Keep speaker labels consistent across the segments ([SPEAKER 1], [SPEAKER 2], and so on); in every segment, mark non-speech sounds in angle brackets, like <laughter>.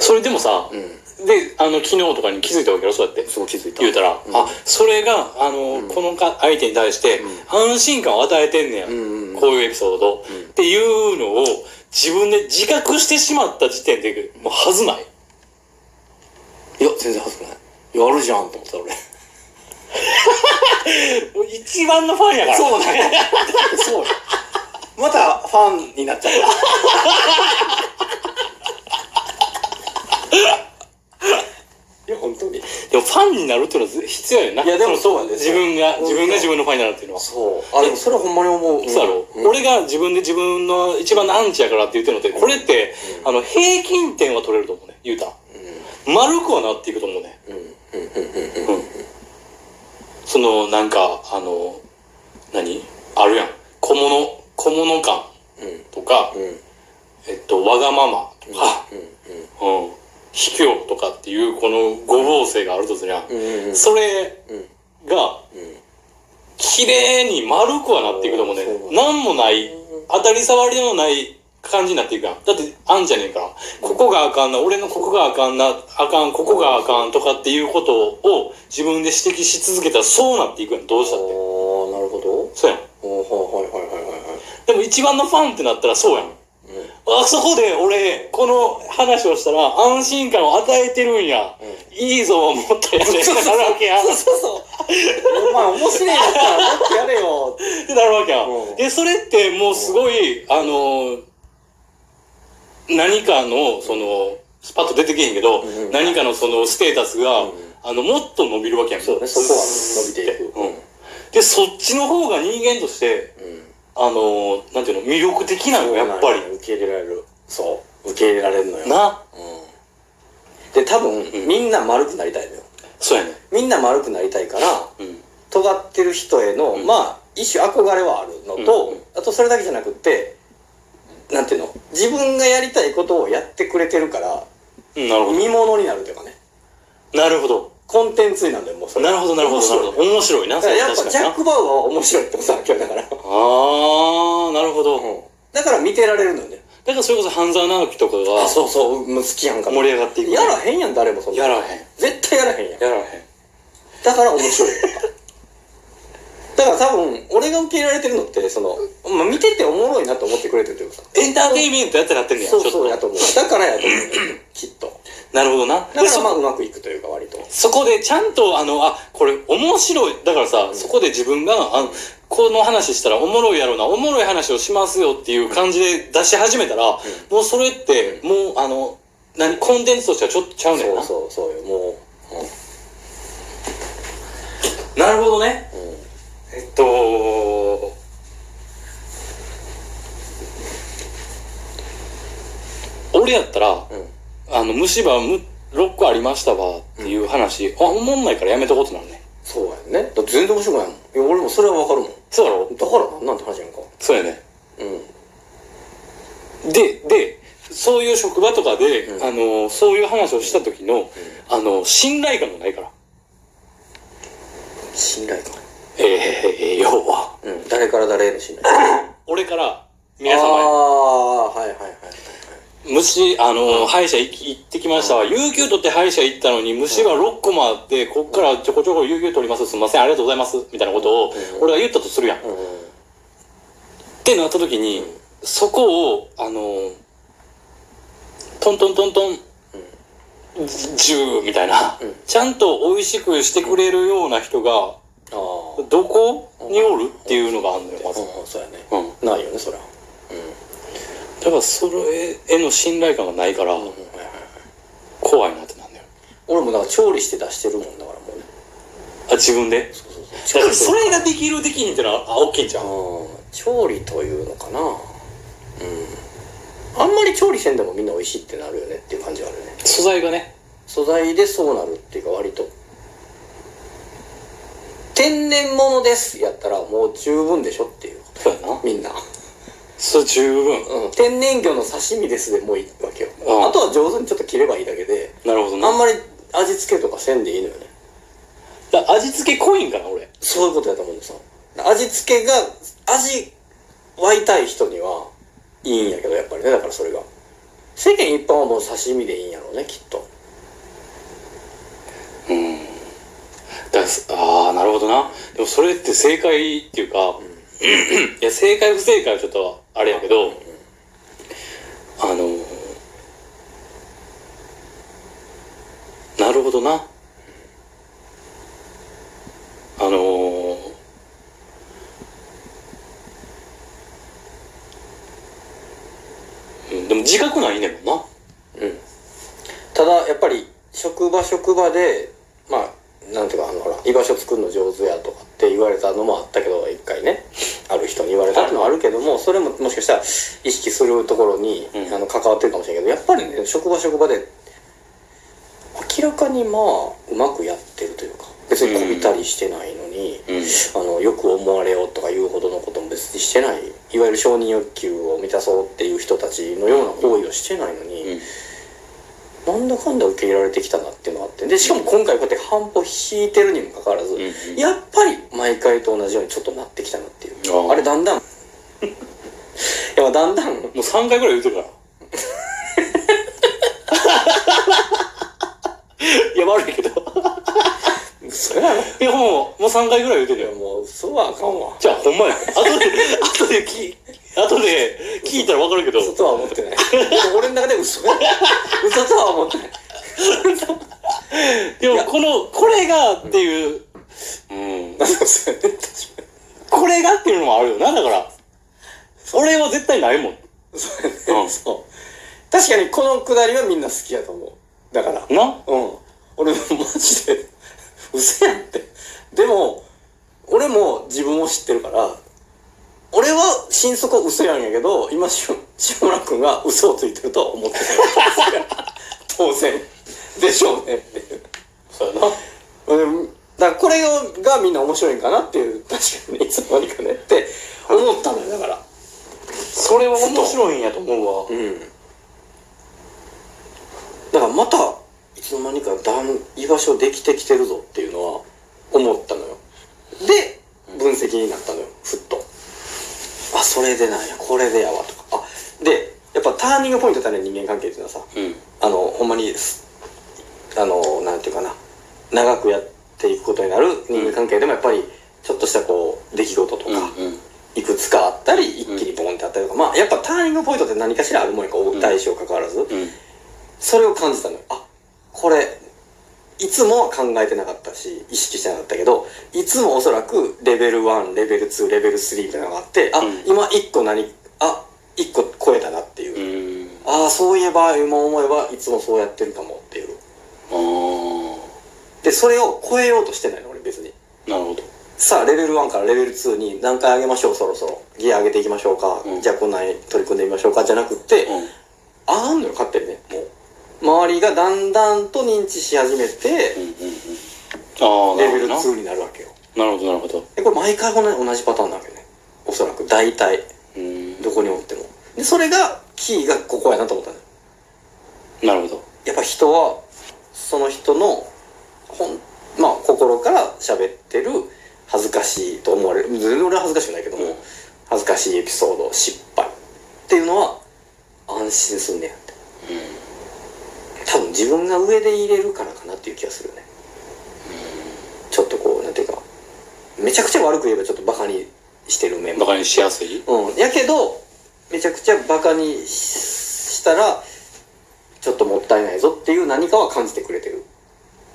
[SPEAKER 1] それでもさ、で、あの、昨日とかに気づいたわけよ、そうやって。
[SPEAKER 2] そう気づいた
[SPEAKER 1] 言うたら、
[SPEAKER 2] ん
[SPEAKER 1] あ、それが、あの、このか相手に対して、安心感を与えてんねや、
[SPEAKER 2] んうんうん
[SPEAKER 1] こういうエピソード、っていうのを、自分で自覚してしまった時点で、もう、はずない。
[SPEAKER 2] いや全然恥ずかないやるじゃんと思ってた俺
[SPEAKER 1] もう一番のファンやから。
[SPEAKER 2] そう
[SPEAKER 1] <laughs>
[SPEAKER 2] なんやそうなんまたファンになっちゃったいや本当に
[SPEAKER 1] でも、ファンになるっていうのは必要やな。
[SPEAKER 2] いやでもそうやで
[SPEAKER 1] 自分が、
[SPEAKER 2] そう
[SPEAKER 1] 自分が自分のファンになるっていうのは。
[SPEAKER 2] そうあでもそれはほんまに思う
[SPEAKER 1] そうやろ、
[SPEAKER 2] ん
[SPEAKER 1] 俺が自分で自分の一番のアンチやからって言ってるのって、これって、あの、平均点は取れると思うね、言うたら。丸くはなっていくと思うね。
[SPEAKER 2] うんうんうんうんうん
[SPEAKER 1] その、なんか、あの、何あるやん。小物、小物感とか、
[SPEAKER 2] うんうん
[SPEAKER 1] えっと、わがままとか、
[SPEAKER 2] うんうん
[SPEAKER 1] うん、卑怯とかっていう、この五芒星があるとするやん。
[SPEAKER 2] うんうん
[SPEAKER 1] それが、綺麗に丸くはなっていくと思うね
[SPEAKER 2] そうそう。
[SPEAKER 1] なんもない、当たり障りのない感じになっていくやん。だって、あんじゃねえから。ここがあかんな、俺のここがあかんな、あかん、ここがあかんとかっていうことを自分で指摘し続けたらそうなっていくやん。どうしたって。
[SPEAKER 2] おーなるほど
[SPEAKER 1] そうやん。
[SPEAKER 2] おーはいはいはいはいはいはい
[SPEAKER 1] でも一番のファンってなったらそうやん。
[SPEAKER 2] うん
[SPEAKER 1] あそこで俺、この話をしたら安心感を与えてるんや。いいぞ、思ったやつ
[SPEAKER 2] そうそう
[SPEAKER 1] なるわけやん。
[SPEAKER 2] そうそうそう。お前面白いやったらもっとやれよ。
[SPEAKER 1] ってなるわけや
[SPEAKER 2] うん
[SPEAKER 1] ん。で、それってもうすごい、あのー、何かの、その、スパッと出てけへんけど、
[SPEAKER 2] うん
[SPEAKER 1] 何かのそのステータスが、
[SPEAKER 2] うん
[SPEAKER 1] あの、もっと伸びるわけやん。
[SPEAKER 2] そうね、そこは伸びていく。
[SPEAKER 1] うん。で、そっちの方が人間として、
[SPEAKER 2] うん。
[SPEAKER 1] あのー、なんていうの、魅力的なのよ、やっぱり。
[SPEAKER 2] 受け入れられる。そう。受け入れられるのよ。
[SPEAKER 1] な。
[SPEAKER 2] うん。で、多分、
[SPEAKER 1] ん
[SPEAKER 2] みんな丸くなりたいのよ。
[SPEAKER 1] そうやね。
[SPEAKER 2] みんな丸くなりたいから、
[SPEAKER 1] うん。
[SPEAKER 2] 尖ってる人への、
[SPEAKER 1] うん
[SPEAKER 2] まあ、一種憧れはあるのと、
[SPEAKER 1] うんうん
[SPEAKER 2] あとそれだけじゃなくって、なんていうの自分がやりたいことをやってくれてるから、
[SPEAKER 1] うんなるほど。
[SPEAKER 2] 見物になるというかね。
[SPEAKER 1] なるほど。
[SPEAKER 2] コンテンツになるんだよ、もうそれ。
[SPEAKER 1] なるほど、なるほど、なるほど。面白いな、
[SPEAKER 2] だからやっぱ
[SPEAKER 1] 確
[SPEAKER 2] ジ
[SPEAKER 1] か
[SPEAKER 2] ャ
[SPEAKER 1] にな
[SPEAKER 2] ック・バウアーは面白いってことなわけよだから
[SPEAKER 1] あー、なるほど。
[SPEAKER 2] だから見てられるのよね
[SPEAKER 1] だからそれこそ半沢直樹とかが、
[SPEAKER 2] そうそうもう好きやんか
[SPEAKER 1] 盛り上がっていくね
[SPEAKER 2] やらへんやん誰もそんな
[SPEAKER 1] やらへん。
[SPEAKER 2] 絶対やらへんやん
[SPEAKER 1] やらへん。
[SPEAKER 2] だから面白いだから多分俺が受け入れられてるのってその、まあ、見てておもろいなと思ってくれてるというかさ
[SPEAKER 1] エンターテインメントやってなってんねや、
[SPEAKER 2] そうそう
[SPEAKER 1] ちょ
[SPEAKER 2] や
[SPEAKER 1] っ
[SPEAKER 2] と思うだからやと思うねきっと
[SPEAKER 1] と。なるほどな。
[SPEAKER 2] だ
[SPEAKER 1] で
[SPEAKER 2] からまあ
[SPEAKER 1] そう
[SPEAKER 2] まくいくというか割と
[SPEAKER 1] そこでちゃんと、あの、あ、これ面白い。だからさ、そこで自分が、あの、この話したらおもろいやろうな、おもろい話をしますよっていう感じで出し始めたら、もうそれって、もう、あの、何、コンテンツとしてはちょっとちゃうねん
[SPEAKER 2] そ
[SPEAKER 1] な。
[SPEAKER 2] うそうそうよもう、
[SPEAKER 1] なるほどね。
[SPEAKER 2] うんうん
[SPEAKER 1] えっと、俺やったら、
[SPEAKER 2] うん
[SPEAKER 1] あの、虫歯む6個ありましたわっていう話、あ、おもんないからやめとこうってなるね。
[SPEAKER 2] そうやんねだって全然面白くないもんいや俺もそれはわかるもん
[SPEAKER 1] そうやろ
[SPEAKER 2] だからなんなんて話やんか
[SPEAKER 1] そうやね。
[SPEAKER 2] うん
[SPEAKER 1] で、で、そういう職場とかで、
[SPEAKER 2] うん
[SPEAKER 1] あの、そういう話をした時の、あの、信頼感がないから。
[SPEAKER 2] 信頼感
[SPEAKER 1] えーえー、要は。
[SPEAKER 2] うん、誰から誰への信頼 <laughs>
[SPEAKER 1] 俺から、皆
[SPEAKER 2] 皆様
[SPEAKER 1] 様
[SPEAKER 2] ああーはいはいはいはい
[SPEAKER 1] へ、虫、あの、歯医者行き行ってきましたわ。有給取って歯医者行ったのに、虫歯6個もあって、こっからちょこちょこ有給取ります。すいません、ありがとうございます。みたいなことを
[SPEAKER 2] う、ん
[SPEAKER 1] 俺が言ったとするやん。
[SPEAKER 2] うん
[SPEAKER 1] ってなった時に、そこを、あのー、トントントントン、ジューみたいな、
[SPEAKER 2] うん
[SPEAKER 1] ちゃんと美味しくしてくれるような人が、
[SPEAKER 2] ああ
[SPEAKER 1] どこにおるっていうのがあるのよ、まず。
[SPEAKER 2] うんうんそうやね
[SPEAKER 1] うん。
[SPEAKER 2] ないよねそりゃうん
[SPEAKER 1] だから、それへの信頼感がないから、
[SPEAKER 2] はいはいはい
[SPEAKER 1] 怖いなってなんだよ。
[SPEAKER 2] 俺もだから調理して出してるもんだからもうね
[SPEAKER 1] あ、自分で
[SPEAKER 2] そうそう
[SPEAKER 1] だから、
[SPEAKER 2] そ
[SPEAKER 1] そうれができる、できひんってのは、あ、大きいんじゃん。
[SPEAKER 2] あー調理というのかなうんあんまり調理せんでもみんな美味しいってなるよねっていう感じはあるね
[SPEAKER 1] 素材がね。
[SPEAKER 2] 素材でそうなるっていうか割と天然物ですやったらもう十分でしょっていう
[SPEAKER 1] そうやな。
[SPEAKER 2] みんな
[SPEAKER 1] それ十分。
[SPEAKER 2] うん天然魚の刺身ですでもういいわけよ、
[SPEAKER 1] うん
[SPEAKER 2] あとは上手にちょっと切ればいいだけで、
[SPEAKER 1] なるほど
[SPEAKER 2] あん
[SPEAKER 1] な。
[SPEAKER 2] まり味付けとかせんでいいのよね
[SPEAKER 1] だから味付け濃いんかな、俺。
[SPEAKER 2] そういうことやと思うんですよ味付けが味湧いたい人にはいいんやけどやっぱりねだからそれが世間一般はもう刺身でいいんやろうねきっと
[SPEAKER 1] うん。だすああ、なるほどな。でもそれって正解っていうか、いや、正解不正解はちょっとあれやけど、あのーなるほどな。あのーうんでも自覚ないねんもんな。
[SPEAKER 2] うんただやっぱり職場職場でまあなんていうかあのほら居場所作るの上手やとかって言われたのもあったけど一回ねある人に言われたってのはあるけどもそれももしかしたら意識するところに、
[SPEAKER 1] うん
[SPEAKER 2] あの関わってるかもしれないけどやっぱりね職場職場で明らかにまあうまくやってるというか別にこびたりしてないのに、
[SPEAKER 1] うん
[SPEAKER 2] あのよく思われようとかいうほどのことも別にしてないいわゆる承認欲求を満たそうっていう人たちのような行為をしてないのに。
[SPEAKER 1] うん
[SPEAKER 2] なんだかんだ受け入れられてきたなっていうのがあってでしかも今回こうやって半歩引いてるにもかかわらず、
[SPEAKER 1] んうん
[SPEAKER 2] やっぱり毎回と同じようにちょっとなってきたなっていう
[SPEAKER 1] あ
[SPEAKER 2] あ
[SPEAKER 1] あ
[SPEAKER 2] れだんだん <laughs> いやだんだんい
[SPEAKER 1] もう3回ぐらい言うてるから。 <laughs> いや、悪いけど。
[SPEAKER 2] それなの
[SPEAKER 1] いや、もう、もう3回ぐらい言うてるよ。
[SPEAKER 2] もう嘘はあかんわ
[SPEAKER 1] じゃあ、ほんまや。 <laughs> 後で、後で聞い、後で聞いたらわかるけど。
[SPEAKER 2] 嘘とは思ってない俺の中で嘘や嘘とは思ってない
[SPEAKER 1] でも、この、これがっていう、うん。
[SPEAKER 2] なんで嘘やねん確かに
[SPEAKER 1] これがっていうのもあるよな、だから。俺は絶対ないもん。
[SPEAKER 2] そうやね
[SPEAKER 1] うん
[SPEAKER 2] そう確かにこのくだりはみんな好きやと思うだから
[SPEAKER 1] な
[SPEAKER 2] うん。俺もマジで、 <laughs> 嘘やんって。でも、俺も自分を知ってるから、俺は心底嘘やんやけど、今しゅ、志村くんが嘘をついてるとは思ってない。当然。でしょうねっていう。
[SPEAKER 1] そうやな。
[SPEAKER 2] うんだからこれがみんな面白いんかなっていう、確かにね、いつの間にかねって思ったのよ、だから。
[SPEAKER 1] それは面白いんやと思うわ。
[SPEAKER 2] うん。だからまた、いつの間にかだん居場所できてきてるぞっていうのは思ったのよ。で、分析になったのよ、ふっと。あ、それでなんや、これでやわ、とか。あ、で、やっぱターニングポイントだね、人間関係っていうのはさ。
[SPEAKER 1] うん。
[SPEAKER 2] あの、ほんまに、すあの、なんていうかな、長くやっていくことになる人間関係でもやっぱり、ちょっとしたこう、出来事とか、
[SPEAKER 1] うん。
[SPEAKER 2] いくつかあったり一気にボンってあったりとか、まあやっぱターニングポイントって何かしらあるもんやんか
[SPEAKER 1] ん
[SPEAKER 2] 大小関わらず、
[SPEAKER 1] うん。
[SPEAKER 2] それを感じたのよあこれいつもは考えてなかったし意識してなかったけどいつもおそらくレベル1レベル2レベル3みたいなのがあってあ、
[SPEAKER 1] うん
[SPEAKER 2] 今1個何あ1個超えたなってい
[SPEAKER 1] う
[SPEAKER 2] う、
[SPEAKER 1] ん。
[SPEAKER 2] ああそういえば今思えばいつもそうやってるかもっていう
[SPEAKER 1] ああ
[SPEAKER 2] でそれを超えようとしてないの俺別に
[SPEAKER 1] ー。なるほど。
[SPEAKER 2] さあレベル1からレベル2に何回上げましょうそろそろギア上げていきましょうか、
[SPEAKER 1] うん
[SPEAKER 2] じゃあこんなに取り組んでみましょうかじゃなくって、
[SPEAKER 1] うん。
[SPEAKER 2] あんのよ勝ってるねもう周りがだんだんと認知し始め
[SPEAKER 1] う
[SPEAKER 2] て
[SPEAKER 1] んうんうん。ああ、な
[SPEAKER 2] レベ
[SPEAKER 1] るほど
[SPEAKER 2] ル
[SPEAKER 1] な。
[SPEAKER 2] 2になるわけよ
[SPEAKER 1] なるほど、なるほど。
[SPEAKER 2] でこれ毎回この同じパターンなわけねおそらく大体
[SPEAKER 1] うん。
[SPEAKER 2] どこにおってもでそれがキーがここやなと思ったのよ
[SPEAKER 1] なるほど。
[SPEAKER 2] やっぱ人はその人の本まあ心から喋ってる恥ずかしいと思われる全然俺は恥ずかしくないけども、
[SPEAKER 1] うん
[SPEAKER 2] 恥ずかしいエピソード失敗っていうのは安心すんねやって多分自分が上で入れるからかなっていう気がするねちょっとこうなんていうかめちゃくちゃ悪く言えばちょっとバカにしてる面
[SPEAKER 1] バ
[SPEAKER 2] も
[SPEAKER 1] カにしやすい
[SPEAKER 2] うんやけどめちゃくちゃバカにしたらちょっともったいないぞっていう何かは感じてくれてる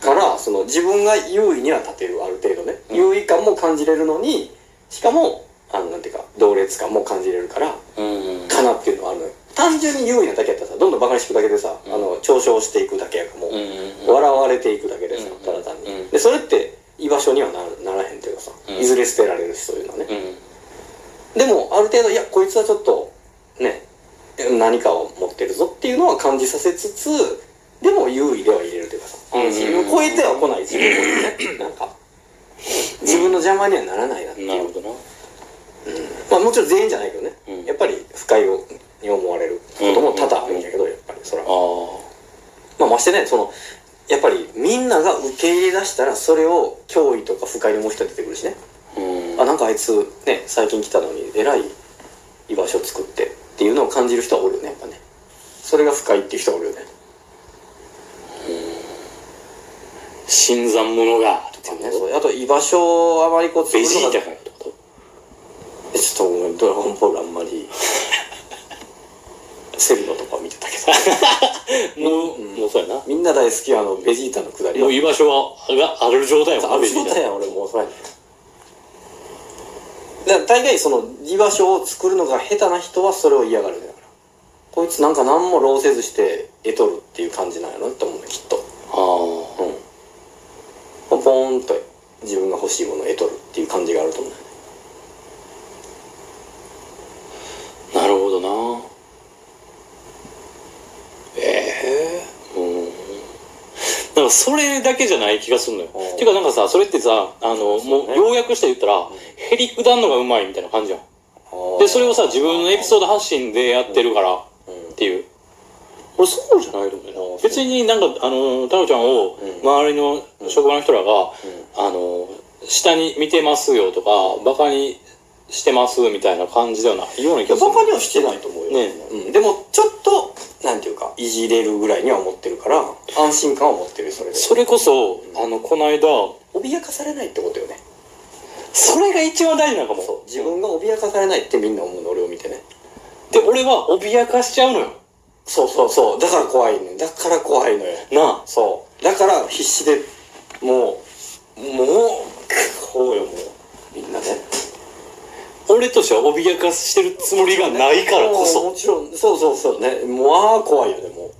[SPEAKER 2] からその自分が優位には立てるある程度ね、
[SPEAKER 1] うん
[SPEAKER 2] 優位感も感じれるのにしかもあのなんていうか同列感も感じれるから
[SPEAKER 1] うん。
[SPEAKER 2] かなっていうのはあるのよ単純に優位なだけやったらさどんどんバカにしていくだけでさ、
[SPEAKER 1] うん
[SPEAKER 2] あの嘲笑していくだけやからもう、
[SPEAKER 1] うん。
[SPEAKER 2] 笑われていくだけでさ、
[SPEAKER 1] うん
[SPEAKER 2] ただ単に、
[SPEAKER 1] うん
[SPEAKER 2] でそれって居場所にはなならへんというかさ、
[SPEAKER 1] うん
[SPEAKER 2] いずれ捨てられるしそういうのはね、
[SPEAKER 1] うん。
[SPEAKER 2] でもある程度いやこいつはちょっとね何かを持ってるぞっていうのは感じさせつつでも優位では入れるというかさ
[SPEAKER 1] うん
[SPEAKER 2] 自分を超えては来ない自分
[SPEAKER 1] <laughs>
[SPEAKER 2] もねなんか自分の邪魔にはならないなっていう
[SPEAKER 1] なるほどな。
[SPEAKER 2] まあもちろん全員じゃないけどね、
[SPEAKER 1] うん
[SPEAKER 2] やっぱり不快をに思われることも多々あるんやけどやっぱりそら
[SPEAKER 1] ああ。
[SPEAKER 2] まあ、ましてねそのやっぱりみんなが受け入れ出したらそれを脅威とか不快に思う人出てくるしね
[SPEAKER 1] うん。
[SPEAKER 2] あなんかあいつね最近来たのに偉い居場所作ってっていうのを感じる人はおるよねやっぱねそれが深いっていう人がおるよね
[SPEAKER 1] 新参者が、とかね。
[SPEAKER 2] あと居場所をあまりこう作
[SPEAKER 1] ベ
[SPEAKER 2] る
[SPEAKER 1] ジ
[SPEAKER 2] の
[SPEAKER 1] ー
[SPEAKER 2] が
[SPEAKER 1] タかよってこと
[SPEAKER 2] えちょっとごめんドラゴンボールあんま
[SPEAKER 1] <laughs>
[SPEAKER 2] りセルのとか見てたけど
[SPEAKER 1] もう、
[SPEAKER 2] うん
[SPEAKER 1] もうそうやな。
[SPEAKER 2] みんな大好きあのベジータのくだり
[SPEAKER 1] もう居場所は、がある状態やも
[SPEAKER 2] あ
[SPEAKER 1] ん
[SPEAKER 2] る
[SPEAKER 1] な、
[SPEAKER 2] 状
[SPEAKER 1] ベジー
[SPEAKER 2] 態やん俺もうそらやねだから大概その居場所を作るのが下手な人はそれを嫌がるんだからこいつなんか何も労せずして得とるっていう感じなんやろって思うねきっと
[SPEAKER 1] タ。あ
[SPEAKER 2] うんポーンと自分が欲しいものを得とるっていう感じがあると思う
[SPEAKER 1] あ、なるほどな。ええうん。なんかそれだけじゃない気がするのよ。
[SPEAKER 2] うん
[SPEAKER 1] ていうかなんかさ、それってさ、あの、もう、
[SPEAKER 2] ね
[SPEAKER 1] 要約して言ったら、へりくだんのがうまいみたいな感じやん。で、それをさ、自分のエピソード発信でやってるから、
[SPEAKER 2] ド、うん
[SPEAKER 1] っていう。俺そうじゃないと思うよ
[SPEAKER 2] あ
[SPEAKER 1] な。
[SPEAKER 2] ー
[SPEAKER 1] 別になんか、あの、太郎ちゃんを
[SPEAKER 2] うん、
[SPEAKER 1] 周りの職場の人らが、あの、下に見てますよとか、バカにしてますみたいな感じではないような気がする。
[SPEAKER 2] バカにはしてないと思うよ、
[SPEAKER 1] ね
[SPEAKER 2] うん、でもちょっとなんていうかいじれるぐらいには思ってるから安心感を持ってるよそれで
[SPEAKER 1] それこそ、あの、この間、
[SPEAKER 2] 脅かされないってことよね
[SPEAKER 1] それが一番大事なのかも。
[SPEAKER 2] そう自分が脅かされないってみんな思うの俺を見てね
[SPEAKER 1] で、俺は脅かしちゃうのよ。
[SPEAKER 2] そうそうそうだから怖いねだから怖いのよ
[SPEAKER 1] なあ。
[SPEAKER 2] そうだから必死でもうもうこうよもうみんなね
[SPEAKER 1] 俺としては脅かしてるつもりがないからこそ。
[SPEAKER 2] もうもちろんそうそうそうねもうああ怖いよねもう